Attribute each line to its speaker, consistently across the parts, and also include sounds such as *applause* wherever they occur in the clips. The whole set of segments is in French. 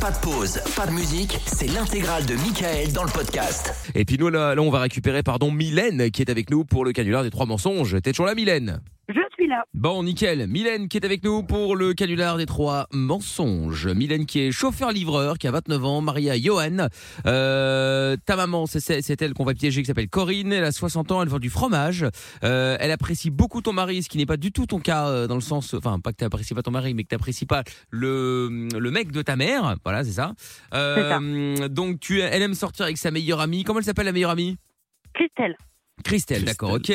Speaker 1: Pas de pause, pas de musique, c'est l'intégrale de Michael dans le podcast.
Speaker 2: Et puis nous, là, là, on va récupérer, pardon, Mylène qui est avec nous pour le canular des trois mensonges. T'es toujours là, Mylène
Speaker 3: Je suis là.
Speaker 2: Bon, nickel. Mylène qui est avec nous pour le canular des trois mensonges. Mylène qui est chauffeur-livreur, qui a 29 ans, mariée à Johan. Euh, ta maman, c'est- c'est c'est elle qu'on va piéger, qui s'appelle Corinne. Elle a 60 ans, elle vend du fromage. Euh, elle apprécie beaucoup ton mari, ce qui n'est pas du tout ton cas euh, dans le sens, enfin, pas que tu pas ton mari, mais que tu pas le, le mec de ta mère. Voilà, c'est ça. Euh, donc, tu, elle aime sortir avec sa meilleure amie. Comment elle s'appelle la meilleure amie
Speaker 3: Christelle.
Speaker 2: Christelle, d'accord, ok.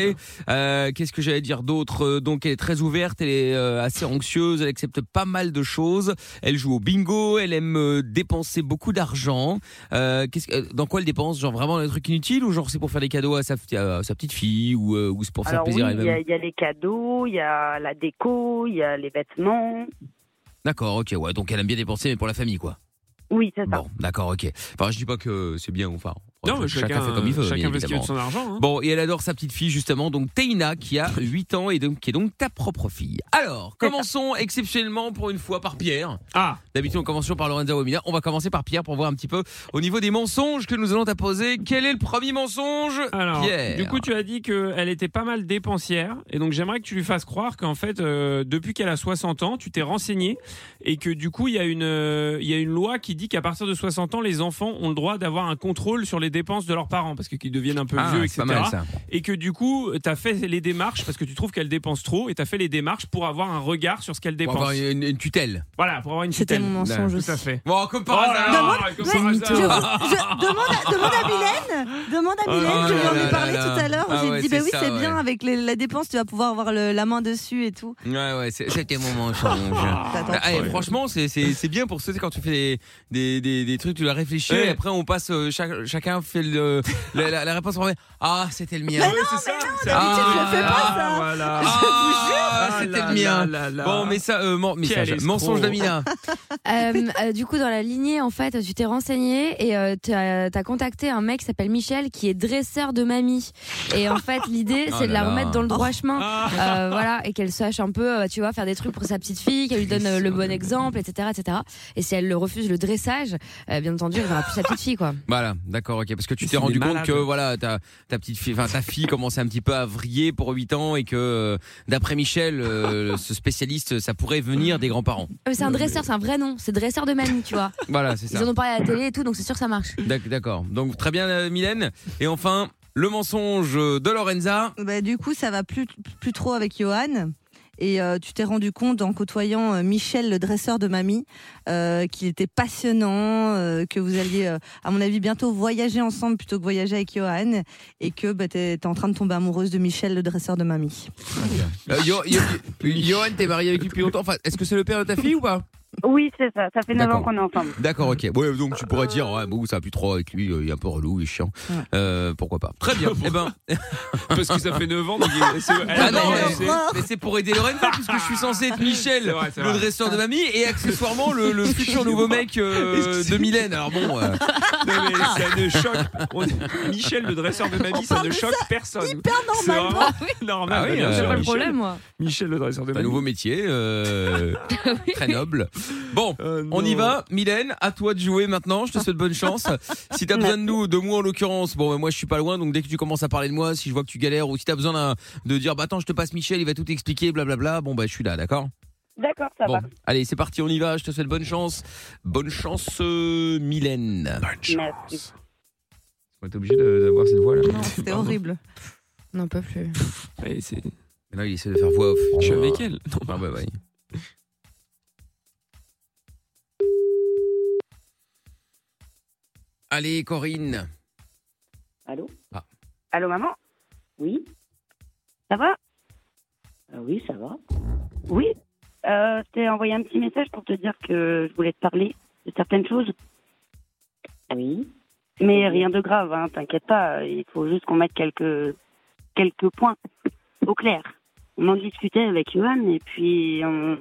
Speaker 2: Euh, Qu'est-ce que j'allais dire d'autre Euh, Donc, elle est très ouverte, elle est euh, assez anxieuse, elle accepte pas mal de choses. Elle joue au bingo, elle aime euh, dépenser beaucoup d'argent. Euh, qu'est-ce que- euh, dans quoi elle dépense Genre vraiment des trucs inutiles ou genre c'est pour faire des cadeaux à sa, à sa petite fille ou, euh, ou c'est pour faire
Speaker 3: Alors oui,
Speaker 2: plaisir à
Speaker 3: il y,
Speaker 2: elle-même
Speaker 3: a- il y a les cadeaux, il y a la déco, il y a les vêtements.
Speaker 2: D'accord, ok, ouais. Donc, elle aime bien dépenser, mais pour la famille, quoi.
Speaker 3: Oui, c'est ça.
Speaker 2: Bon, d'accord, ok. Enfin, je dis pas que c'est bien ou enfin.
Speaker 4: Non, mais
Speaker 2: chacun,
Speaker 4: chacun,
Speaker 2: fait comme il veut.
Speaker 4: Chacun
Speaker 2: bien
Speaker 4: fait ce qu'il veut de
Speaker 2: évidemment.
Speaker 4: son argent. hein.
Speaker 2: Bon, et elle adore sa petite fille justement, donc Teina qui a 8 ans et donc qui est donc ta propre fille. Alors, commençons exceptionnellement pour une fois par Pierre.
Speaker 4: Ah,
Speaker 2: D'habitude, on commence toujours par Lorenzo Wamina. On va commencer par Pierre pour voir un petit peu au niveau des mensonges que nous allons t'apposer. Quel est le premier mensonge
Speaker 4: alors,
Speaker 2: Pierre.
Speaker 4: du coup, tu as dit qu'elle était pas mal dépensière. Et donc, j'aimerais que tu lui fasses croire qu'en fait, euh, depuis qu'elle a 60 ans, tu t'es renseigné. Et que du coup, il y, a une, euh, il y a une loi qui dit qu'à partir de 60 ans, les enfants ont le droit d'avoir un contrôle sur les dépenses de leurs parents. Parce que qu'ils deviennent un peu
Speaker 2: Ah,
Speaker 4: vieux,
Speaker 2: c'est
Speaker 4: etc.
Speaker 2: pas mal ça.
Speaker 4: Et que du coup, tu as fait les démarches parce que tu trouves qu'elle dépense trop. Et tu as fait les démarches pour avoir un regard sur ce qu'elle
Speaker 2: Pour
Speaker 4: dépense.
Speaker 2: avoir une, une tutelle.
Speaker 4: Voilà, pour avoir une
Speaker 5: C'était
Speaker 4: tutelle.
Speaker 5: mon mensonge
Speaker 4: Tout à
Speaker 5: aussi.
Speaker 4: fait.
Speaker 2: Bon, comme par
Speaker 4: Oh là
Speaker 2: hasard.
Speaker 4: là,
Speaker 5: Demande-
Speaker 4: comme
Speaker 5: Ouais,
Speaker 4: par
Speaker 5: je-
Speaker 4: hasard.
Speaker 5: je- demande, à, demande à Mylène, demande à Mylène,
Speaker 2: Oh
Speaker 5: je lui
Speaker 2: là
Speaker 5: en
Speaker 2: là
Speaker 5: ai parlé
Speaker 2: là là.
Speaker 5: tout à l'heure.
Speaker 2: Ah
Speaker 5: J'ai
Speaker 2: ouais,
Speaker 5: dit,
Speaker 2: c'est
Speaker 5: bah oui,
Speaker 2: ça,
Speaker 5: c'est
Speaker 2: ouais.
Speaker 5: bien, avec les- la dépense, tu vas pouvoir avoir le- la main dessus et tout.
Speaker 2: Ouais, ouais, c'est- c'était mon
Speaker 4: *laughs*
Speaker 2: mensonge.
Speaker 5: T'attends.
Speaker 2: Ah, eh, franchement, c'est- c'est c'est bien pour ceux c'est quand tu fais des, des, des, des trucs, tu dois réfléchir
Speaker 4: Ouais.
Speaker 2: et après on passe, euh, chaque- chacun fait le, la, la- la réponse en premier. Ah, c'était le mien.
Speaker 5: Mais non,
Speaker 4: C'est ça, c'est-
Speaker 5: d'habitude,
Speaker 2: Ah,
Speaker 5: je le fais pas ça.
Speaker 4: voilà.
Speaker 2: Ah,
Speaker 4: Ah,
Speaker 2: c'était
Speaker 4: là,
Speaker 2: le mien.
Speaker 4: là, là, là.
Speaker 2: Bon, mais ça, euh, men-
Speaker 4: Quel
Speaker 2: message,
Speaker 4: escroc.
Speaker 2: mensonge
Speaker 4: *laughs*
Speaker 2: d'Amina.
Speaker 6: Euh, euh, du coup, dans la lignée, en fait, tu t'es renseigné et euh, t'as t'as contacté un mec qui s'appelle Michel qui est dresseur de mamie. Et en fait, l'idée, *laughs*
Speaker 2: Oh
Speaker 6: c'est de
Speaker 2: là
Speaker 6: la
Speaker 2: là.
Speaker 6: remettre dans le droit *laughs* chemin.
Speaker 4: Ah.
Speaker 6: Euh, voilà, et qu'elle sache un peu, euh, tu vois, faire des trucs pour sa petite fille, qu'elle lui donne euh, le bon exemple, etc., etc. Et si elle le refuse le dressage, euh, bien entendu, elle verra plus sa petite fille, *laughs* quoi.
Speaker 2: Voilà, d'accord, ok. Parce que tu
Speaker 4: Mais
Speaker 2: t'es
Speaker 4: c'est
Speaker 2: rendu
Speaker 4: des
Speaker 2: compte
Speaker 4: malades.
Speaker 2: que voilà, ta, ta petite fille, enfin ta fille commençait un petit peu à vriller pour 8 ans et que euh, d'après Michel, euh, ce spécialiste, ça pourrait venir des grands-parents.
Speaker 6: Ah, mais c'est un dresseur, c'est un vrai nom, c'est dresseur de mamie, tu vois.
Speaker 2: Voilà, c'est ça.
Speaker 6: Ils en ont parlé à la télé et tout, donc c'est sûr que ça marche.
Speaker 2: D'ac- D'accord. Donc très bien, euh, Mylène. Et enfin, le mensonge de Lorenza.
Speaker 5: Bah, du coup, ça va plus, plus trop avec Johan. Et euh, tu t'es rendu compte en côtoyant euh, Michel, le dresseur de mamie, euh, qu'il était passionnant, euh, que vous alliez, euh, à mon avis, bientôt voyager ensemble plutôt que voyager avec Johan, et que bah, t'es t'es en train de tomber amoureuse de Michel, le dresseur de mamie.
Speaker 2: Euh, Yo- *laughs* Yo- Yo- Johan, t'es marié avec lui depuis longtemps. Enfin, est-ce que c'est le père de ta fille ou pas
Speaker 3: Oui, c'est ça. Ça fait 9
Speaker 2: D'accord.
Speaker 3: ans qu'on est ensemble.
Speaker 2: D'accord, ok. Ouais, donc tu pourrais dire, ouais, bon, ça a plus trop avec lui, euh, il est un peu relou, il est chiant.
Speaker 5: Ouais.
Speaker 2: Euh, pourquoi pas Très
Speaker 4: *laughs*
Speaker 2: bien. eh ben,
Speaker 4: Parce que ça fait 9 ans. donc il- c'est- elle,
Speaker 2: Ah non,
Speaker 4: elle,
Speaker 2: mais,
Speaker 4: elle, c'est-
Speaker 2: mais c'est pour aider
Speaker 4: *laughs*
Speaker 2: Lorenza, puisque je suis censé être Michel,
Speaker 4: C'est vrai, c'est
Speaker 2: le
Speaker 4: vrai.
Speaker 2: dresseur de mamie, et accessoirement le, le futur nouveau mec euh, de Mylène. Alors bon, euh,
Speaker 4: non, mais ça ne choque. on- Michel, le dresseur de mamie, ça ne choque personne. Hyper
Speaker 5: normalement.
Speaker 4: *laughs* normal. Bah,
Speaker 2: Ah oui,
Speaker 4: bien
Speaker 2: euh,
Speaker 4: sûr,
Speaker 6: C'est pas le
Speaker 4: Michel-
Speaker 6: problème, moi.
Speaker 4: Michel, le dresseur de
Speaker 2: un
Speaker 4: mamie.
Speaker 2: nouveau métier,
Speaker 4: *laughs*
Speaker 2: euh, très noble. Bon.
Speaker 4: Euh, non.
Speaker 2: On y va, Mylène, à toi de jouer maintenant, je te souhaite bonne chance. Si t'as besoin de nous, de moi en l'occurrence, bon ben, moi je suis pas loin, donc dès que tu commences à parler de moi, si je vois que tu galères, ou si t'as besoin d'un- de dire bah attends je te passe Michel, il va tout t'expliquer, blablabla, bon bah je suis là, d'accord
Speaker 3: D'accord, ça
Speaker 2: Bon,
Speaker 3: va.
Speaker 2: allez c'est parti, on y va, je te souhaite bonne chance. Bonne chance euh, Mylène.
Speaker 3: Merci.
Speaker 2: T'es obligé d'avoir cette voix là
Speaker 5: C'était
Speaker 4: Pardon.
Speaker 5: horrible.
Speaker 6: Non, peut plus.
Speaker 4: Ouais, Eh, c'est-
Speaker 2: Là il essaie de faire voix off.
Speaker 4: Je suis avec elle. Non,
Speaker 2: Ah,
Speaker 4: bah,
Speaker 2: ouais, ouais. Allez Corinne.
Speaker 7: Allô
Speaker 2: Ah.
Speaker 3: Allô, maman
Speaker 7: Oui
Speaker 3: Ça va
Speaker 7: Euh, Oui, ça va.
Speaker 3: Oui. Euh, je t'ai envoyé un petit message pour te dire que je voulais te parler de certaines choses.
Speaker 7: Oui.
Speaker 3: Mais rien de grave, hein, t'inquiète pas. Il faut juste qu'on mette quelques, quelques points au clair. On en discutait avec Johan et puis on,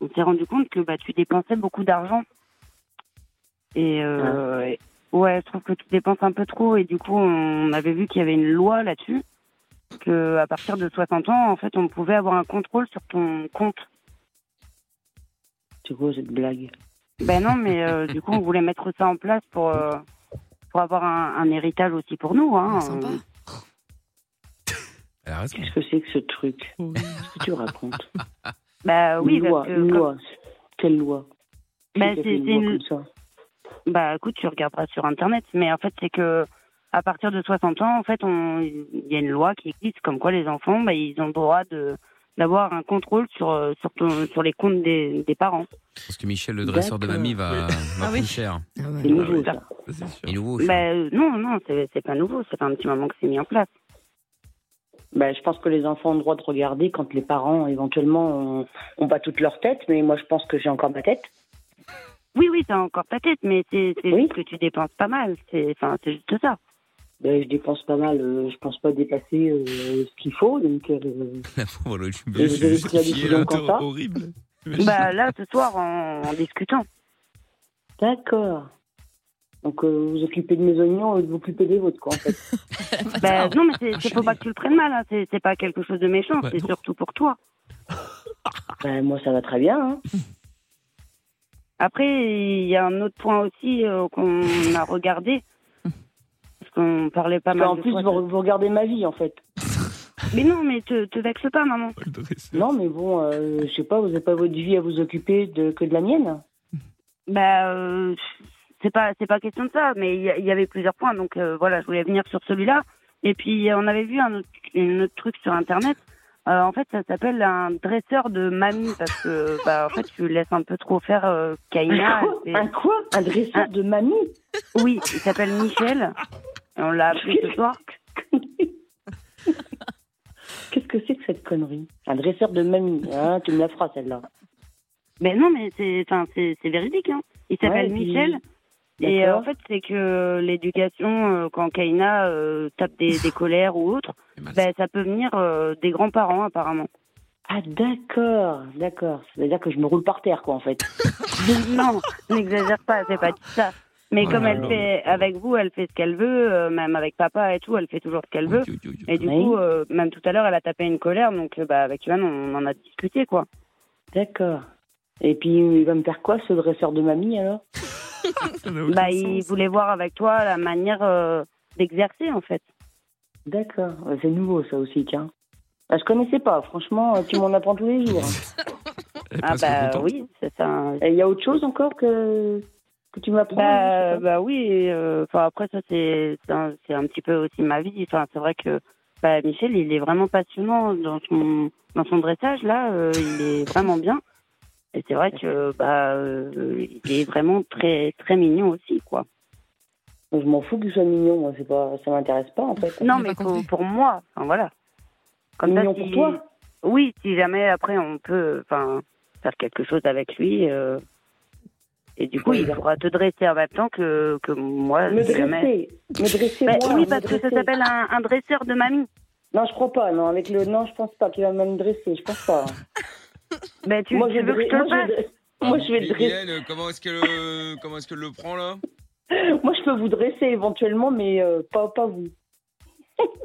Speaker 3: on s'est rendu compte que bah, tu dépensais beaucoup d'argent. Et euh,
Speaker 7: Ah.
Speaker 3: et- ouais, je trouve que tu dépenses un peu trop et du coup on avait vu qu'il y avait une loi là-dessus que à partir de 60 ans, en fait, on pouvait avoir un contrôle sur ton compte.
Speaker 7: C'est quoi cette blague
Speaker 3: Ben non, mais euh, du coup, on voulait mettre ça en place pour, euh, pour avoir un, un héritage aussi pour nous. Hein.
Speaker 6: Ah, sympa.
Speaker 2: Elle a raison.
Speaker 7: Qu'est-ce que c'est que ce truc Qu'est-ce que tu racontes
Speaker 3: Ben oui,
Speaker 7: Une loi,
Speaker 3: parce que
Speaker 7: une
Speaker 3: comme-
Speaker 7: loi. Quelle loi Qui
Speaker 3: Bah,
Speaker 7: t'a fait
Speaker 3: c'est-
Speaker 7: une
Speaker 3: c'est
Speaker 7: loi
Speaker 3: une-
Speaker 7: comme ça
Speaker 3: Bah écoute, tu regarderas sur internet, mais en fait c'est que à partir de 60 ans, en fait, on il y a une loi qui existe comme quoi les enfants, bah, ils ont le droit de d'avoir un contrôle sur euh, sur, ton- sur les comptes des, des parents.
Speaker 2: Parce que Michel, le dresseur de
Speaker 7: D'accord.
Speaker 2: mamie, va, va
Speaker 5: Ah oui.
Speaker 2: plus cher.
Speaker 6: Ah ouais.
Speaker 7: C'est nouveau,
Speaker 3: oui.
Speaker 7: ça.
Speaker 4: C'est sûr.
Speaker 2: Et nouveau.
Speaker 3: Bah, euh, non, non, c'est c'est pas nouveau, c'est un petit moment que c'est mis en place.
Speaker 7: Bah, je pense que les enfants ont le droit de regarder quand les parents, éventuellement, ont, ont pas toute leur tête, mais moi, je pense que j'ai encore ma tête.
Speaker 3: Oui, oui, t'as encore ta tête, mais c'est c'est
Speaker 7: Oui.
Speaker 3: juste que tu dépenses pas mal. C'est enfin, c'est juste ça.
Speaker 7: Ben, je dépense pas mal, euh, je pense pas dépasser euh, ce qu'il faut, donc euh,
Speaker 2: La pauvre, l'autre, je me
Speaker 7: Et vous avez
Speaker 2: suis
Speaker 7: pris la
Speaker 2: justifié,
Speaker 7: décision
Speaker 2: là.
Speaker 7: quand ça
Speaker 2: horrible.
Speaker 3: Bah là, ce soir, en, en discutant.
Speaker 7: D'accord. Donc, euh, vous occupez de mes oignons et vous occupez des vôtres, quoi, en
Speaker 6: *laughs*
Speaker 7: fait.
Speaker 3: Bah non, mais c'est- c'est faut pas que tu le prennes mal. Hein. C'est c'est pas quelque chose de méchant.
Speaker 2: Bah,
Speaker 3: c'est
Speaker 2: non.
Speaker 3: surtout pour toi.
Speaker 7: Ben, moi, ça va très bien. Hein.
Speaker 3: Après, il y a un autre point aussi euh, qu'on a regardé. Parce qu'on parlait pas mal
Speaker 7: en
Speaker 3: de
Speaker 7: plus,
Speaker 3: fois de-
Speaker 7: vous, vous regardez ma vie, en fait.
Speaker 3: Mais non, mais te, te vexe pas, maman.
Speaker 7: Non, mais bon, euh, je sais pas, vous n'avez pas votre vie à vous occuper de, que de la mienne
Speaker 3: Bah, euh, c'est pas, c'est pas question de ça, mais il y, a- il y avait plusieurs points. Donc euh, voilà, je voulais venir sur celui-là. Et puis, on avait vu un autre, un autre truc sur Internet. Euh, en fait, ça s'appelle un dresseur de mamie parce que, bah, en fait, tu laisses un peu trop faire euh,
Speaker 7: *laughs*
Speaker 3: Kaina.
Speaker 7: Un quoi
Speaker 3: elle fait-
Speaker 7: Un quoi Ah, Un dresseur de mamie
Speaker 3: Oui, il s'appelle Michel. Et on l'a appelé ce soir.
Speaker 7: Qu'est-ce que c'est que cette connerie Un dresseur de mamie, hein, tu me la feras, celle-là.
Speaker 3: Ben non, mais c'est, enfin, c'est, c'est véridique. Hein. Il s'appelle
Speaker 7: Ouais, et puis-
Speaker 3: Michel. Et euh,
Speaker 7: D'accord.
Speaker 3: en fait, c'est que l'éducation, euh, quand Kaina euh, tape des, des colères ou *laughs* autre, ben, ça peut venir euh, des grands-parents apparemment.
Speaker 7: Ah, d'accord, d'accord. Ça veut dire que je me roule par terre, quoi, en fait.
Speaker 3: *laughs* *laughs* non, n'exagère pas, c'est pas dit ça. Mais
Speaker 2: Oh
Speaker 3: comme
Speaker 2: là
Speaker 3: elle
Speaker 2: là.
Speaker 3: fait avec vous, elle fait ce qu'elle veut, euh, même avec papa et tout, elle fait toujours ce qu'elle veut. Et du
Speaker 7: Oui.
Speaker 3: coup, euh, même tout à l'heure, elle a tapé une colère, donc euh, bah, avec Yoann, on en a discuté quoi.
Speaker 7: D'accord. Et puis, il va me faire quoi, ce dresseur de mamie, alors
Speaker 4: Ah,
Speaker 3: Bah, il voulait voir avec toi la manière euh, d'exercer en fait.
Speaker 7: D'accord. Ouais, C'est nouveau, ça aussi, tiens. Ah, je connaissais pas, franchement, tu m'en apprends tous *laughs* les jours.
Speaker 3: Ah bah oui, c'est ça.
Speaker 7: Et Il y a autre chose encore que, que tu m'apprends
Speaker 3: Bah,
Speaker 7: je sais pas.
Speaker 3: bah oui, euh, enfin après ça c'est c'est un, c'est un petit peu aussi ma vie. Enfin c'est vrai que bah, Michel il est vraiment passionnant dans son dans son dressage là, euh, il est vraiment bien. Et c'est vrai que bah euh, il est vraiment très très mignon aussi quoi.
Speaker 7: Je m'en fous que ce soit mignon, moi, c'est pas, ça m'intéresse pas, en fait.
Speaker 3: Non
Speaker 6: J'ai
Speaker 3: mais
Speaker 6: pas
Speaker 3: pour,
Speaker 6: compris.
Speaker 3: pour moi, enfin voilà. Comme ça,
Speaker 7: mignon pour
Speaker 3: si-
Speaker 7: toi
Speaker 3: Oui, si jamais après on peut enfin faire quelque chose avec lui. euh, et du coup,
Speaker 7: Oui.
Speaker 3: il pourra te dresser en même temps que, que moi.
Speaker 7: Me
Speaker 3: euh, si jamais-
Speaker 7: dresser, me dresser
Speaker 3: Bah,
Speaker 7: moi,
Speaker 3: oui,
Speaker 7: me
Speaker 3: parce que ça
Speaker 7: dresser.
Speaker 3: s'appelle un, un dresseur de mamie.
Speaker 7: Non, je crois pas, non, avec le... Non, je pense pas qu'il va me dresser, je pense pas.
Speaker 3: Bah, tu,
Speaker 7: moi,
Speaker 3: tu
Speaker 7: je
Speaker 3: veux que
Speaker 7: dre-
Speaker 3: je te le
Speaker 7: moi,
Speaker 3: fasse
Speaker 7: je dre- moi, je vais dresser.
Speaker 2: comment est-ce qu'elle euh, comment est-ce qu'elle le prend là
Speaker 7: *laughs* Moi, je peux vous dresser éventuellement, mais euh, pas, pas vous.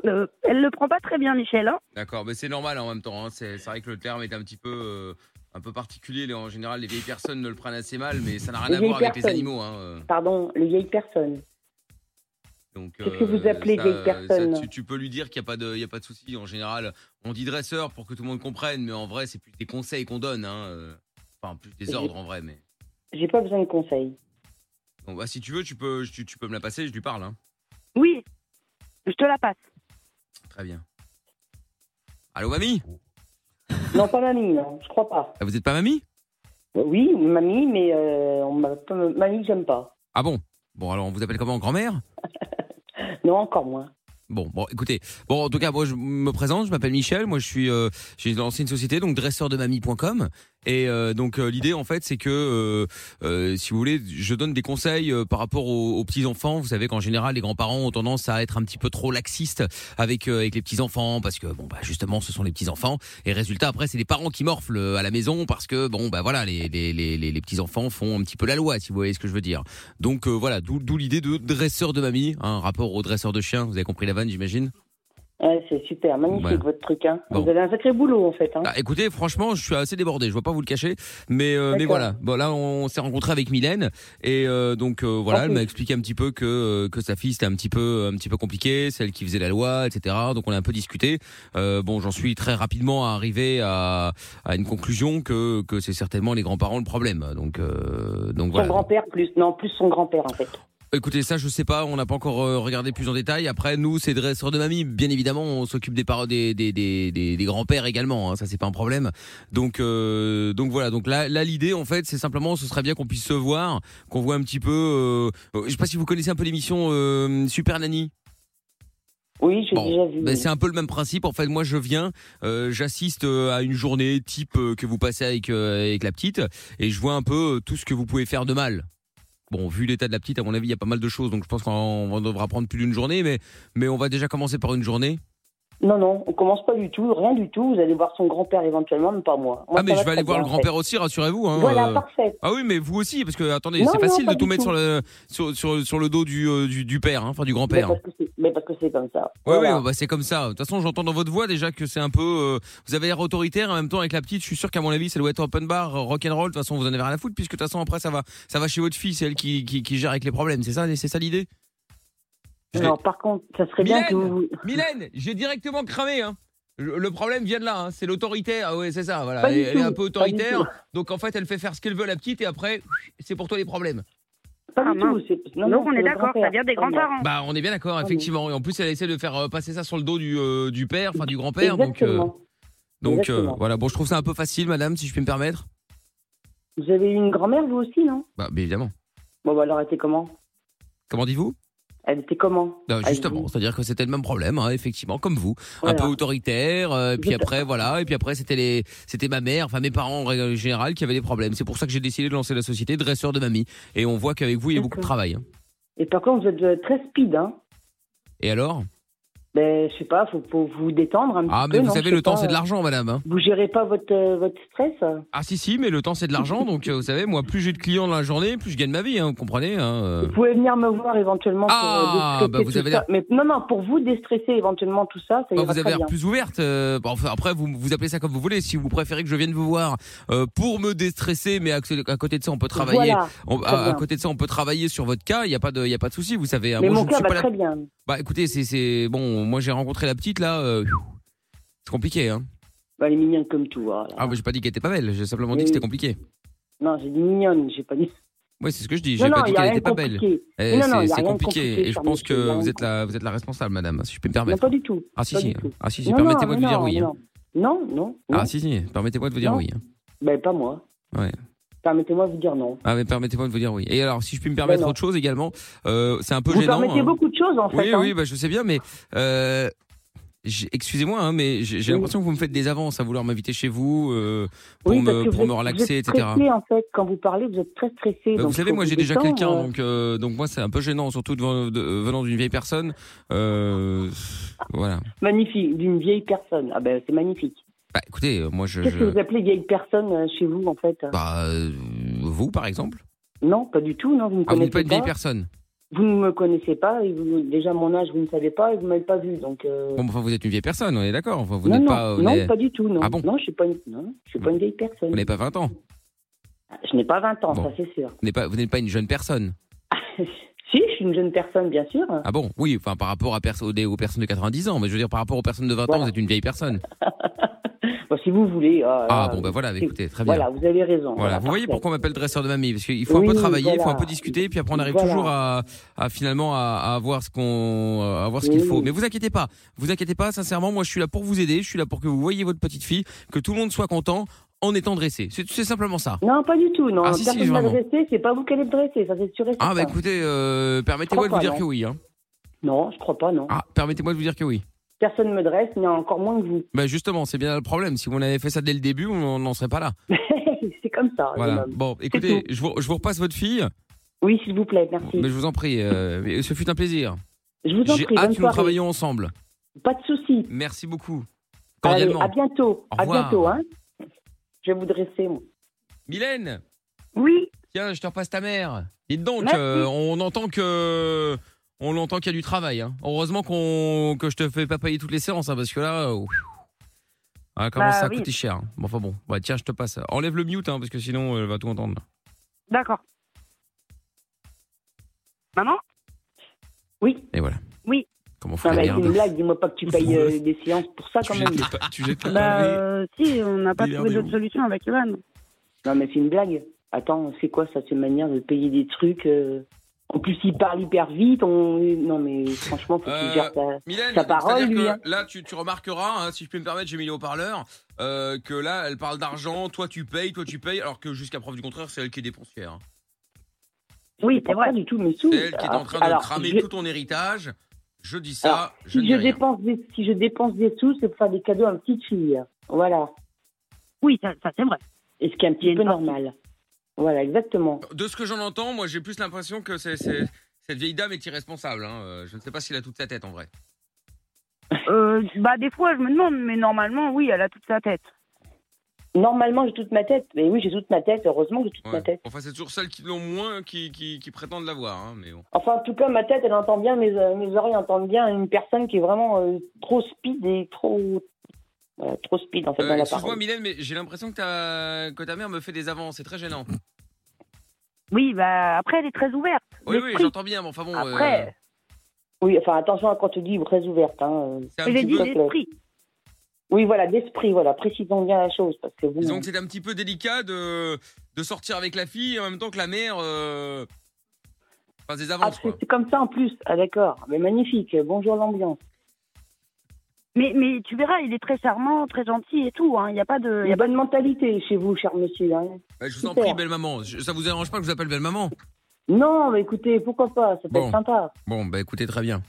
Speaker 3: Euh, Elle le prend pas très bien, Michel. Hein
Speaker 2: D'accord, mais c'est normal en même temps. hein. C'est c'est vrai que le terme est un petit peu euh, un peu particulier. Les- En général, les vieilles personnes ne le prennent assez mal, mais ça n'a rien
Speaker 7: Les
Speaker 2: à voir
Speaker 7: vieilles
Speaker 2: avec les
Speaker 7: personnes.
Speaker 2: animaux. hein, euh.
Speaker 7: Pardon, les vieilles personnes.
Speaker 2: Donc, euh,
Speaker 7: Qu'est-ce que vous appelez
Speaker 2: ça-
Speaker 7: vieille personne
Speaker 2: ça, tu, tu peux lui dire qu'il n'y a pas de, il y a pas de souci. En général, on dit dresseur pour que tout le monde comprenne, mais en vrai, c'est plus des conseils qu'on donne. hein, euh. Enfin, plus des
Speaker 7: Oui.
Speaker 2: ordres en vrai, mais.
Speaker 7: J'ai pas besoin de conseils.
Speaker 2: Bon, bah, si tu veux, tu peux, tu, tu peux me la passer. Je lui parle. hein.
Speaker 3: Oui, je te la passe.
Speaker 2: Très bien. Allô, mamie
Speaker 7: Non, pas mamie, non, je crois pas.
Speaker 2: Ah, Vous êtes pas mamie
Speaker 3: euh,
Speaker 7: Oui, mamie, mais euh, on m'a- mamie, j'aime pas.
Speaker 2: Ah bon Bon, alors on vous appelle comment Grand-mère
Speaker 7: Non, encore moins.
Speaker 2: Bon, bon, écoutez. Bon, en tout cas, moi, je me présente. Je m'appelle Michel. Moi, je suis, euh, j'ai lancé une société, donc dresseur-de-mamie.com. Et euh, donc, euh, l'idée, en fait, c'est que, euh, euh, si vous voulez, je donne des conseils euh, par rapport aux, aux petits enfants. Vous savez qu'en général, les grands-parents ont tendance à être un petit peu trop laxistes avec euh, avec les petits enfants, parce que bon, bah, justement, ce sont les petits enfants. Et résultat, après, c'est les parents qui morflent euh, à la maison parce que bon, bah voilà, les les les, les, les petits enfants font un petit peu la loi, si vous voyez ce que je veux dire. Donc hein, euh, voilà, d'où d'où l'idée de dresseur de mamie, un rapport au dresseur de chien. Vous avez compris la vanne, j'imagine.
Speaker 3: Ouais, c'est super, magnifique
Speaker 2: Voilà.
Speaker 3: votre truc. Hein.
Speaker 2: Bon.
Speaker 3: Vous avez un sacré boulot en fait. Hein.
Speaker 2: Ah, écoutez, franchement, je suis assez débordé, je ne vais pas vous le cacher, mais euh, mais
Speaker 3: D'accord.
Speaker 2: voilà. Bon, là, on s'est rencontré avec Mylène et euh, donc euh, voilà, elle
Speaker 3: Ok.
Speaker 2: m'a expliqué un petit peu que euh, que sa fille c'était un petit peu un petit peu compliqué, celle qui faisait la loi, etc. Donc on a un peu discuté. Euh, bon, j'en suis très rapidement arrivé à, à une conclusion que que c'est certainement les grands-parents le problème. Donc euh, donc
Speaker 3: Son
Speaker 2: voilà.
Speaker 3: grand-père plus, non, plus son grand-père en fait.
Speaker 2: Écoutez, ça, je sais pas, on n'a pas encore euh, regardé plus en détail. Après, nous, c'est dresseurs de mamie. Bien évidemment, on s'occupe des parents, des, des, des, des, des grands-pères également. hein, ça, c'est pas un problème. Donc, euh, donc voilà. Donc là, là, l'idée, en fait, c'est simplement, ce serait bien qu'on puisse se voir, qu'on voit un petit peu. euh, euh, je sais pas si vous connaissez un peu l'émission euh, Super Nanny.
Speaker 3: Oui, j'ai
Speaker 2: Bon,
Speaker 3: déjà vu.
Speaker 2: Ben, c'est un peu le même principe. En fait, moi, je viens, euh, j'assiste euh, à une journée type euh, que vous passez avec euh, avec la petite, et je vois un peu euh, tout ce que vous pouvez faire de mal. Bon, vu l'état de la petite, à mon avis, il y a pas mal de choses, donc je pense qu'on devra prendre plus d'une journée, mais mais on va déjà commencer par une journée.
Speaker 3: Non, non, on commence pas du tout, rien du tout. Vous allez voir son grand-père éventuellement, mais pas moi. Moi,
Speaker 2: ah mais je
Speaker 3: ça
Speaker 2: vais
Speaker 3: très
Speaker 2: aller voir le
Speaker 3: bien, en fait.
Speaker 2: grand-père aussi, rassurez-vous. hein,
Speaker 3: Voilà,
Speaker 2: euh.
Speaker 3: parfait.
Speaker 2: Ah oui, mais vous aussi, parce que attendez,
Speaker 3: Non,
Speaker 2: c'est
Speaker 3: non,
Speaker 2: facile
Speaker 3: pas
Speaker 2: de tout
Speaker 3: du
Speaker 2: mettre
Speaker 3: tout.
Speaker 2: sur le sur, sur, sur le dos du euh, du, du père, hein, enfin du
Speaker 3: Mais
Speaker 2: grand-père.
Speaker 3: parce, que c'est- mais parce que c'est comme ça.
Speaker 2: Ouais,
Speaker 3: Voilà.
Speaker 2: ouais, bah c'est comme ça. De toute façon, j'entends dans votre voix déjà que c'est un peu. euh, vous avez l'air autoritaire en même temps avec la petite. Je suis sûr qu'à mon avis, ça doit être open bar, euh, rock'n'roll. De toute façon, vous en avez rien à foutre puisque de toute façon après ça va, ça va chez votre fille. C'est elle qui, qui, qui gère avec les problèmes. C'est ça, c'est ça l'idée. Je l'ai-
Speaker 3: Non, par contre, ça serait bien que
Speaker 2: Mylène
Speaker 3: vous.
Speaker 2: Mylène, j'ai directement cramé. Hein. Le le problème vient de là. hein. C'est l'autoritaire. Ah ouais, c'est ça. Voilà.
Speaker 3: Pas
Speaker 2: elle
Speaker 3: du
Speaker 2: elle est un
Speaker 3: tout,
Speaker 2: peu
Speaker 3: pas du
Speaker 2: autoritaire.
Speaker 3: tout.
Speaker 2: Donc en fait, elle fait faire ce qu'elle veut la petite et après, c'est pour toi les problèmes.
Speaker 3: Pas
Speaker 7: Ah,
Speaker 3: du
Speaker 7: mince.
Speaker 3: tout. c'est- non,
Speaker 7: Donc
Speaker 3: non,
Speaker 7: on
Speaker 3: c'est
Speaker 7: est
Speaker 3: le
Speaker 7: d'accord, ça
Speaker 3: grand-père.
Speaker 7: vient des
Speaker 3: Voilà.
Speaker 7: grands-parents.
Speaker 2: Bah on est bien d'accord,
Speaker 3: oui.
Speaker 2: effectivement. Et en plus, elle essaie de faire euh, passer ça sur le dos du euh, du père, enfin du grand-père. Donc euh,
Speaker 3: Exactement.
Speaker 2: donc euh,
Speaker 3: Exactement.
Speaker 2: voilà. Bon, je trouve ça un peu facile, madame, si je puis me permettre.
Speaker 3: Vous avez eu une grand-mère, vous aussi, non
Speaker 2: Bah, bien évidemment.
Speaker 3: Bon, bah, alors, elle était comment
Speaker 2: Comment dites-vous
Speaker 3: Bah, Elle était comment
Speaker 2: Non,
Speaker 3: Elle-
Speaker 2: Justement, c'est-à-dire que c'était le même problème, hein, effectivement, comme vous,
Speaker 3: Ah, Voilà.
Speaker 2: un peu autoritaire. euh, et puis
Speaker 3: Je-
Speaker 2: après, voilà, et puis après, c'était les, c'était ma mère, enfin mes parents en règle générale qui avaient des problèmes. C'est pour ça que j'ai décidé de lancer la société dresseur de mamie. Et on voit qu'avec vous, il y a beaucoup de
Speaker 3: D'accord.
Speaker 2: travail. hein.
Speaker 3: Et par contre, vous êtes euh, très speed, hein
Speaker 2: Et alors
Speaker 3: Ben, je sais pas, faut, faut vous détendre un petit
Speaker 2: Ah,
Speaker 3: peu.
Speaker 2: mais vous
Speaker 3: non, je
Speaker 2: savez,
Speaker 3: sais
Speaker 2: le temps,
Speaker 3: pas.
Speaker 2: c'est de l'argent, madame. hein.
Speaker 3: Vous gérez pas votre, euh, votre stress
Speaker 2: Ah si si, mais le temps, c'est de l'argent. donc euh, vous savez, moi, plus j'ai de clients dans la journée, plus je gagne ma vie. hein, vous comprenez hein, euh.
Speaker 3: Vous pouvez venir me voir éventuellement pour
Speaker 2: Ah,
Speaker 3: euh, déstresser
Speaker 2: bah, vous
Speaker 3: tout
Speaker 2: avez
Speaker 3: ça.
Speaker 2: l'air-
Speaker 3: Mais non, non, pour vous déstresser éventuellement tout ça, ça
Speaker 2: Bah,
Speaker 3: ira
Speaker 2: vous avez
Speaker 3: très
Speaker 2: l'air
Speaker 3: bien.
Speaker 2: plus ouverte. euh, bon, enfin, après, vous, vous appelez ça comme vous voulez. Si vous préférez que je vienne vous voir euh, pour me déstresser, mais à, à côté de ça, on peut travailler. Ah,
Speaker 3: Voilà.
Speaker 2: On-
Speaker 3: Très
Speaker 2: à, à
Speaker 3: bien.
Speaker 2: côté de ça, on peut travailler sur votre cas. Il y a pas de, il y a pas de souci. Vous savez, hein.
Speaker 3: Mais
Speaker 2: Moi,
Speaker 3: mon
Speaker 2: je ne
Speaker 3: cas
Speaker 2: suis
Speaker 3: va
Speaker 2: pas la-
Speaker 3: très bien.
Speaker 2: Bah, écoutez, c'est, c'est bon. Moi, j'ai rencontré la petite là. euh, C'est compliqué, hein.
Speaker 3: Bah, elle est mignonne comme tout. voilà.
Speaker 2: Ah, mais j'ai pas dit qu'elle était pas belle. J'ai simplement dit
Speaker 3: Oui,
Speaker 2: que c'était
Speaker 3: oui.
Speaker 2: compliqué.
Speaker 3: Non, j'ai dit mignonne, j'ai pas dit.
Speaker 2: Oui, c'est ce que je dis. J'ai
Speaker 3: Non,
Speaker 2: pas
Speaker 3: non,
Speaker 2: dit
Speaker 3: il y a
Speaker 2: qu'elle
Speaker 3: rien
Speaker 2: était pas
Speaker 3: de
Speaker 2: belle.
Speaker 3: compliqué.
Speaker 2: Eh,
Speaker 3: Non, non,
Speaker 2: c'est,
Speaker 3: il y a
Speaker 2: c'est
Speaker 3: rien de
Speaker 2: compliqué. Et je
Speaker 3: compliqué,
Speaker 2: pense que
Speaker 3: monsieur, il y a rien
Speaker 2: vous
Speaker 3: de
Speaker 2: êtes la, vous êtes la responsable, madame, si je peux me
Speaker 3: Non,
Speaker 2: permettre.
Speaker 3: pas du tout.
Speaker 2: Ah si
Speaker 3: pas
Speaker 2: si.
Speaker 3: du tout.
Speaker 2: Ah si si.
Speaker 3: Non,
Speaker 2: Permettez-moi de
Speaker 3: non,
Speaker 2: vous dire
Speaker 3: non,
Speaker 2: oui. hein.
Speaker 3: Non, non, non. non.
Speaker 2: Ah si si. Permettez-moi de vous dire
Speaker 3: Non.
Speaker 2: oui. hein.
Speaker 3: Ben, pas moi.
Speaker 2: Ouais.
Speaker 3: Permettez-moi de vous dire non.
Speaker 2: Ah mais permettez-moi de vous dire oui. Et alors, si je puis me permettre
Speaker 3: non.
Speaker 2: autre chose également, euh, c'est un peu
Speaker 3: Vous
Speaker 2: gênant.
Speaker 3: permettez
Speaker 2: hein.
Speaker 3: beaucoup de choses, en
Speaker 2: Oui,
Speaker 3: fait. hein.
Speaker 2: oui, bah, je sais bien, mais euh, j'ai- excusez-moi, hein, mais j'ai j'ai
Speaker 3: Oui.
Speaker 2: l'impression que vous me faites des avances à vouloir m'inviter chez vous euh, pour,
Speaker 3: Oui, parce
Speaker 2: me,
Speaker 3: que
Speaker 2: pour
Speaker 3: vous
Speaker 2: me
Speaker 3: êtes-
Speaker 2: relaxer,
Speaker 3: vous êtes
Speaker 2: etc.
Speaker 3: Stressé, en fait, quand vous parlez, vous êtes très stressé.
Speaker 2: Bah,
Speaker 3: donc
Speaker 2: vous savez,
Speaker 3: faut
Speaker 2: moi
Speaker 3: vous
Speaker 2: j'ai déjà
Speaker 3: détendre,
Speaker 2: quelqu'un,
Speaker 3: euh.
Speaker 2: donc, euh, donc moi c'est un peu gênant, surtout devant, de- venant d'une vieille personne. Euh, voilà.
Speaker 3: Magnifique, d'une vieille personne. Ah ben, c'est magnifique.
Speaker 2: Bah, écoutez, euh, moi je.
Speaker 3: Qu'est-ce
Speaker 2: je-
Speaker 3: que vous appelez vieille personne euh, chez vous, en fait
Speaker 2: Bah, euh, vous par exemple
Speaker 3: Non, pas du tout, non, vous ne me
Speaker 2: Ah, Vous
Speaker 3: connaissez
Speaker 2: n'êtes pas
Speaker 3: pas.
Speaker 2: une vieille personne
Speaker 3: vous ne me connaissez pas, et vous, déjà, mon âge, vous ne savez pas, et vous ne m'avez pas vu, donc... euh,
Speaker 2: Bon, enfin, vous êtes une vieille personne, on est d'accord. Enfin, vous
Speaker 3: non,
Speaker 2: n'êtes
Speaker 3: non,
Speaker 2: pas. vous
Speaker 3: non,
Speaker 2: n'avez-
Speaker 3: pas du tout, non.
Speaker 2: Ah bon
Speaker 3: non, je suis pas une, non, je suis pas une vieille personne.
Speaker 2: vous n'avez pas 20 ans.
Speaker 3: Je n'ai pas 20 ans,
Speaker 2: Bon.
Speaker 3: ça c'est sûr.
Speaker 2: Vous n'êtes pas, vous n'êtes pas une jeune personne.
Speaker 3: Si, je suis une jeune personne, bien sûr.
Speaker 2: Ah bon Oui, enfin par rapport à perso- aux aux personnes de 90 ans, mais je veux dire par rapport aux personnes de 20 ans,
Speaker 3: Voilà. Euh,
Speaker 2: vous êtes une vieille personne.
Speaker 3: Bon, si vous voulez. euh,
Speaker 2: Ah bon, ben voilà, bah, écoutez, très bien. Voilà.
Speaker 3: Voilà, vous avez raison.
Speaker 2: vous voyez
Speaker 3: parfait.
Speaker 2: pourquoi on m'appelle dresseur de mamie parce qu'il faut un
Speaker 3: Oui,
Speaker 2: peu travailler, il faut un
Speaker 3: voilà.
Speaker 2: peu discuter, puis après on arrive
Speaker 3: Voilà.
Speaker 2: toujours à, à finalement à, à voir ce qu'on, à voir ce qu'il
Speaker 3: Oui.
Speaker 2: faut. Mais vous inquiétez pas, vous inquiétez pas. Sincèrement, moi je suis là pour vous aider, je suis là pour que vous voyez votre petite fille, que tout le monde soit content en étant dressé. C'est c'est simplement ça.
Speaker 3: Non, pas du tout, non.
Speaker 2: Ah, si, si,
Speaker 3: Personne ne m'a
Speaker 2: vraiment.
Speaker 3: dressé, c'est pas vous qui allez me dresser, ça c'est sûr et
Speaker 2: Ah bah
Speaker 3: certain.
Speaker 2: écoutez, euh, permettez-moi de
Speaker 3: Pourquoi
Speaker 2: vous dire
Speaker 3: non
Speaker 2: que oui. Hein.
Speaker 3: Non, je crois pas, non.
Speaker 2: Ah, permettez-moi de vous dire que oui.
Speaker 3: Personne ne me dresse, mais encore moins que vous. *laughs*
Speaker 2: Bah justement, c'est bien là le problème. Si on avait fait ça dès le début, on n'en serait pas là.
Speaker 3: Ah, c'est comme ça, jeune
Speaker 2: Voilà.
Speaker 3: homme.
Speaker 2: Bon, écoutez, je vous, je vous repasse votre fille,
Speaker 3: Oui, s'il vous plaît, merci.
Speaker 2: mais je vous en prie. euh, ce fut un plaisir.
Speaker 3: Je vous en
Speaker 2: J'ai
Speaker 3: prie,
Speaker 2: hâte
Speaker 3: bonne
Speaker 2: que nous
Speaker 3: soirée.
Speaker 2: travaillions ensemble.
Speaker 3: Pas de souci.
Speaker 2: Merci beaucoup.
Speaker 3: Allez,
Speaker 2: Cordialement.
Speaker 3: à bientôt.
Speaker 2: Au
Speaker 3: à
Speaker 2: revoir.
Speaker 3: bientôt, hein. Je vais vous dresser, moi.
Speaker 2: Mylène,
Speaker 7: Oui,
Speaker 2: tiens, je te repasse ta mère. Dites donc,
Speaker 7: Merci.
Speaker 2: euh, on entend que on l'entend qu'il y a du travail. hein. Heureusement qu'on que je te fais pas payer toutes les séances, hein, parce que là, euh, ah, comment
Speaker 3: Bah,
Speaker 2: ça a
Speaker 3: oui.
Speaker 2: coûté cher. hein. Bon, enfin bon, Ouais, tiens, je te passe. Enlève le mute, hein, parce que sinon, elle va tout entendre.
Speaker 3: D'accord. Maman
Speaker 7: Oui.
Speaker 2: Et voilà.
Speaker 3: Oui.
Speaker 2: Comment faut
Speaker 7: Non, mais
Speaker 2: la
Speaker 7: avec une
Speaker 2: garde
Speaker 7: blague, dis-moi pas que tu payes euh, des séances pour ça quand même.
Speaker 8: Tu jettes
Speaker 7: *laughs*
Speaker 8: le
Speaker 3: Bah
Speaker 8: pavé.
Speaker 3: euh, si, on n'a pas
Speaker 8: Il a
Speaker 3: trouvé
Speaker 8: l'air
Speaker 3: d'autre
Speaker 8: des
Speaker 3: solution avec Johan.
Speaker 7: Non, mais c'est une blague. Attends, c'est quoi ça, ces manières de payer des trucs euh, En plus, il parle hyper vite. On... Non, mais franchement, faut
Speaker 2: Euh,
Speaker 7: qu'il gère ta...
Speaker 2: Mylène,
Speaker 7: Sa
Speaker 2: donc,
Speaker 7: parole,
Speaker 2: c'est-à-dire
Speaker 7: lui,
Speaker 2: que
Speaker 7: hein.
Speaker 2: là, tu, tu remarqueras, hein, si je puis me permettre, j'ai mis les haut-parleurs, euh, que là, elle parle d'argent, toi tu payes, toi tu payes, alors que jusqu'à preuve du contraire, c'est elle qui est dépensière. hein.
Speaker 3: Oui,
Speaker 7: C'est
Speaker 3: c'est
Speaker 7: pas
Speaker 3: vrai.
Speaker 7: du tout mes sous.
Speaker 2: C'est elle qui est en train de
Speaker 7: Alors,
Speaker 2: cramer
Speaker 7: je-
Speaker 2: tout ton héritage. Je dis ça,
Speaker 7: Alors,
Speaker 2: je
Speaker 7: si
Speaker 2: ne
Speaker 7: je
Speaker 2: dis rien.
Speaker 7: dépense des, si je dépense des sous, c'est pour faire des cadeaux à une petite fille. Voilà.
Speaker 3: Oui, ça, ça, c'est vrai.
Speaker 7: Et ce qui est un
Speaker 3: Il y a
Speaker 7: petit
Speaker 3: une
Speaker 7: peu
Speaker 3: partie.
Speaker 7: normal. Voilà, exactement.
Speaker 2: De ce que j'en entends, moi j'ai plus l'impression que c'est- c'est- cette vieille dame est irresponsable. hein. Euh, Je ne sais pas s'il a toute sa tête en vrai.
Speaker 3: Euh, bah des fois, je me demande, mais normalement, oui, elle a toute sa tête.
Speaker 7: Normalement, j'ai toute ma tête. Mais oui, j'ai toute ma tête. Heureusement que j'ai toute
Speaker 2: Ouais.
Speaker 7: ma tête.
Speaker 2: Enfin, c'est toujours celles qui l'ont moins qui, qui- qui prétendent l'avoir. hein, Mais bon.
Speaker 7: Enfin, en tout cas, ma tête, elle entend bien, mes, euh, mes oreilles entendent bien une personne qui est vraiment euh, trop speed et trop. voilà, trop speed, en fait,
Speaker 2: Euh,
Speaker 7: dans la
Speaker 2: Excuse-moi,
Speaker 7: parole.
Speaker 2: Mylène, mais j'ai l'impression que, ta- que ta mère me fait des avances. C'est très gênant.
Speaker 3: Oui, bah après, elle est très ouverte.
Speaker 2: Oui, oui,
Speaker 3: d'esprit.
Speaker 2: j'entends bien, mais enfin bon. euh,
Speaker 3: Après,
Speaker 7: Oui, enfin, attention à quand tu dis très ouverte. Hein. euh.
Speaker 2: c'est un
Speaker 3: je l'ai
Speaker 2: petit
Speaker 3: dit
Speaker 2: peu-
Speaker 7: peu-
Speaker 3: d'esprit.
Speaker 7: Oui, voilà, d'esprit, voilà, précisons bien la chose. Parce que vous.
Speaker 2: Disons que c'est un petit peu délicat de, de sortir avec la fille en même temps que la mère euh, fasse des
Speaker 7: Ah,
Speaker 2: avances.
Speaker 7: c'est
Speaker 2: quoi.
Speaker 7: c'est comme ça en plus. Ah, d'accord. Mais magnifique. Bonjour l'ambiance.
Speaker 3: Mais, mais tu verras, il est très charmant, très gentil et tout. hein. Il n'y a pas de. il
Speaker 7: Il
Speaker 3: y
Speaker 7: y
Speaker 3: a
Speaker 7: a bonne mentalité chez vous, cher monsieur. hein.
Speaker 2: Bah, je vous en
Speaker 7: super.
Speaker 2: prie, belle maman. Je- ça vous arrange pas que je vous appelle belle maman
Speaker 7: Non, mais écoutez, pourquoi pas bah, Ça peut
Speaker 2: Bon.
Speaker 7: être sympa.
Speaker 2: Bon, bah écoutez, très bien.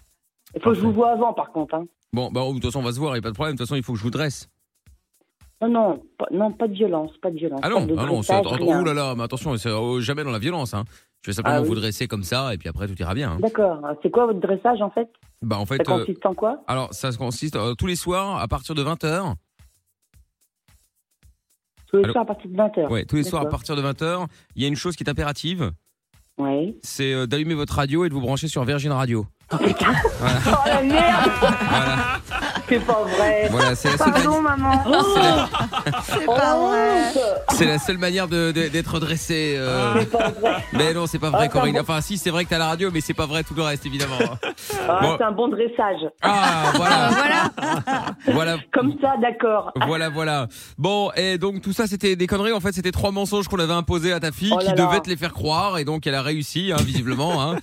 Speaker 7: Il faut que je vous vois avant, par contre. Hein.
Speaker 2: Bon, bah de toute façon, on va se voir, il a pas de problème. De toute façon, il faut que je vous dresse.
Speaker 7: Non, non, pas, non, pas de violence, pas de violence.
Speaker 2: Ah
Speaker 7: pas
Speaker 2: non,
Speaker 7: de
Speaker 2: ah non, c'est-
Speaker 7: dressage,
Speaker 2: attends,
Speaker 7: rien.
Speaker 2: ouh là là, mais attention, c'est euh, jamais dans la violence. Hein. Je vais simplement
Speaker 7: Ah oui.
Speaker 2: vous dresser comme ça, et puis après, tout ira bien. hein.
Speaker 7: D'accord. C'est quoi votre dressage en fait
Speaker 2: Bah en
Speaker 7: Ça
Speaker 2: fait, euh,
Speaker 7: consiste en quoi
Speaker 2: alors ça consiste euh, tous les soirs à partir de 20h.
Speaker 7: Tous les
Speaker 2: allô
Speaker 7: soirs à partir de 20h.
Speaker 2: Ouais, tous les soirs à
Speaker 7: Ah, D'accord.
Speaker 2: partir de 20h, il y a une chose qui est impérative,
Speaker 7: Ouais.
Speaker 2: c'est euh, d'allumer votre radio et de vous brancher sur Virgin Radio.
Speaker 7: Oh la merde
Speaker 2: Voilà,
Speaker 7: C'est pas vrai
Speaker 2: voilà c'est la seule manière-
Speaker 3: Pardon, maman.
Speaker 5: C'est
Speaker 7: Oh la
Speaker 5: pas vrai.
Speaker 7: honte
Speaker 2: C'est la seule manière de- de- d'être dressé. euh.
Speaker 7: Ah, C'est pas vrai
Speaker 2: Mais non, c'est pas vrai,
Speaker 7: Ah,
Speaker 2: Corinne.
Speaker 7: pardon.
Speaker 2: Enfin, si, c'est vrai que t'as la radio, mais c'est pas vrai tout le reste, évidemment. hein.
Speaker 7: Ah,
Speaker 2: Bon.
Speaker 7: C'est un bon dressage.
Speaker 2: Ah, voilà. voilà.
Speaker 7: Comme ça, d'accord.
Speaker 2: Voilà, voilà. Bon, et donc tout ça, c'était des conneries. En fait, c'était trois mensonges qu'on avait imposés à ta fille,
Speaker 7: Oh
Speaker 2: qui
Speaker 7: là là.
Speaker 2: devait te les faire croire, et donc elle a réussi, hein, visiblement. Hein.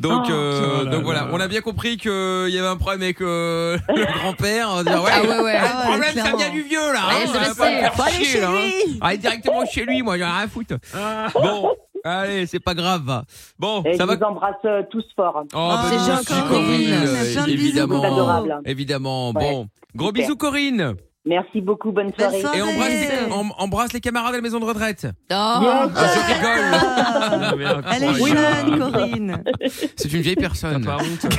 Speaker 2: Donc,
Speaker 7: Oh.
Speaker 2: euh,
Speaker 4: Oh là
Speaker 2: donc voilà,
Speaker 4: là.
Speaker 2: on a bien compris que il y avait un problème avec euh, le grand-père. On va dire, ouais,
Speaker 6: Ah ouais, ouais.
Speaker 2: Le problème, ça
Speaker 5: clairement.
Speaker 2: vient du vieux là.
Speaker 6: Ouais,
Speaker 2: hein,
Speaker 6: je
Speaker 2: on va
Speaker 6: le
Speaker 2: pas
Speaker 6: sais.
Speaker 2: le faire
Speaker 5: Faut aller
Speaker 2: chier,
Speaker 5: chez
Speaker 2: là, hein.
Speaker 5: lui.
Speaker 2: Allez directement chez lui, moi, j'ai rien à foutre.
Speaker 4: Ah.
Speaker 2: Bon, allez, c'est pas grave. Bon,
Speaker 7: Et
Speaker 2: ça
Speaker 7: je
Speaker 2: va.
Speaker 7: vous embrasse euh, tous fort.
Speaker 2: Oh, bah,
Speaker 5: C'est
Speaker 2: nous
Speaker 5: gentil,
Speaker 2: aussi,
Speaker 5: Corinne.
Speaker 2: euh,
Speaker 5: Plein de bisous,
Speaker 7: C'est
Speaker 2: évidemment.
Speaker 7: adorable.
Speaker 2: Évidemment.
Speaker 7: Ouais,
Speaker 2: Bon, gros
Speaker 7: super.
Speaker 2: bisous, Corinne.
Speaker 7: Merci beaucoup, bonne
Speaker 5: Belle
Speaker 7: soirée.
Speaker 5: soirée.
Speaker 2: Et embrasse les,
Speaker 5: Allez.
Speaker 2: em- embrasse les camarades à la maison de retraite.
Speaker 6: Oh.
Speaker 2: Ah, je rigole.
Speaker 5: Ah,
Speaker 4: Non, mais
Speaker 5: bah. Elle est
Speaker 4: incroyable.
Speaker 5: jeune, Corinne.
Speaker 2: C'est une vieille personne.
Speaker 4: T'as pas honte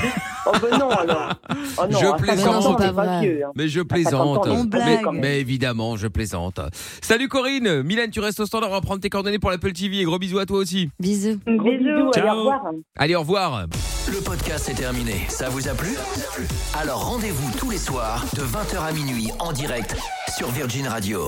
Speaker 7: Oh ben
Speaker 2: *laughs*
Speaker 7: non alors. Oh non,
Speaker 2: Je
Speaker 7: à 50
Speaker 2: plaisante.
Speaker 7: ans, on est
Speaker 6: Pas
Speaker 7: pas
Speaker 6: vrai.
Speaker 7: vieux, hein.
Speaker 2: Mais je
Speaker 7: À 50
Speaker 2: plaisante.
Speaker 7: ans, on est
Speaker 5: On
Speaker 7: vieux
Speaker 5: blague.
Speaker 7: quand même.
Speaker 2: Mais évidemment, je plaisante. Salut Corinne. Mylène, tu restes au standard. On va prendre tes coordonnées pour l'Apple TV. Et gros bisous à toi aussi.
Speaker 6: Bisous.
Speaker 7: Gros bisous, allez,
Speaker 4: Ciao.
Speaker 7: au revoir.
Speaker 2: Allez, au revoir.
Speaker 1: Le podcast est terminé. Ça vous a plu Alors rendez-vous tous les soirs de 20h à minuit en direct sur Virgin Radio.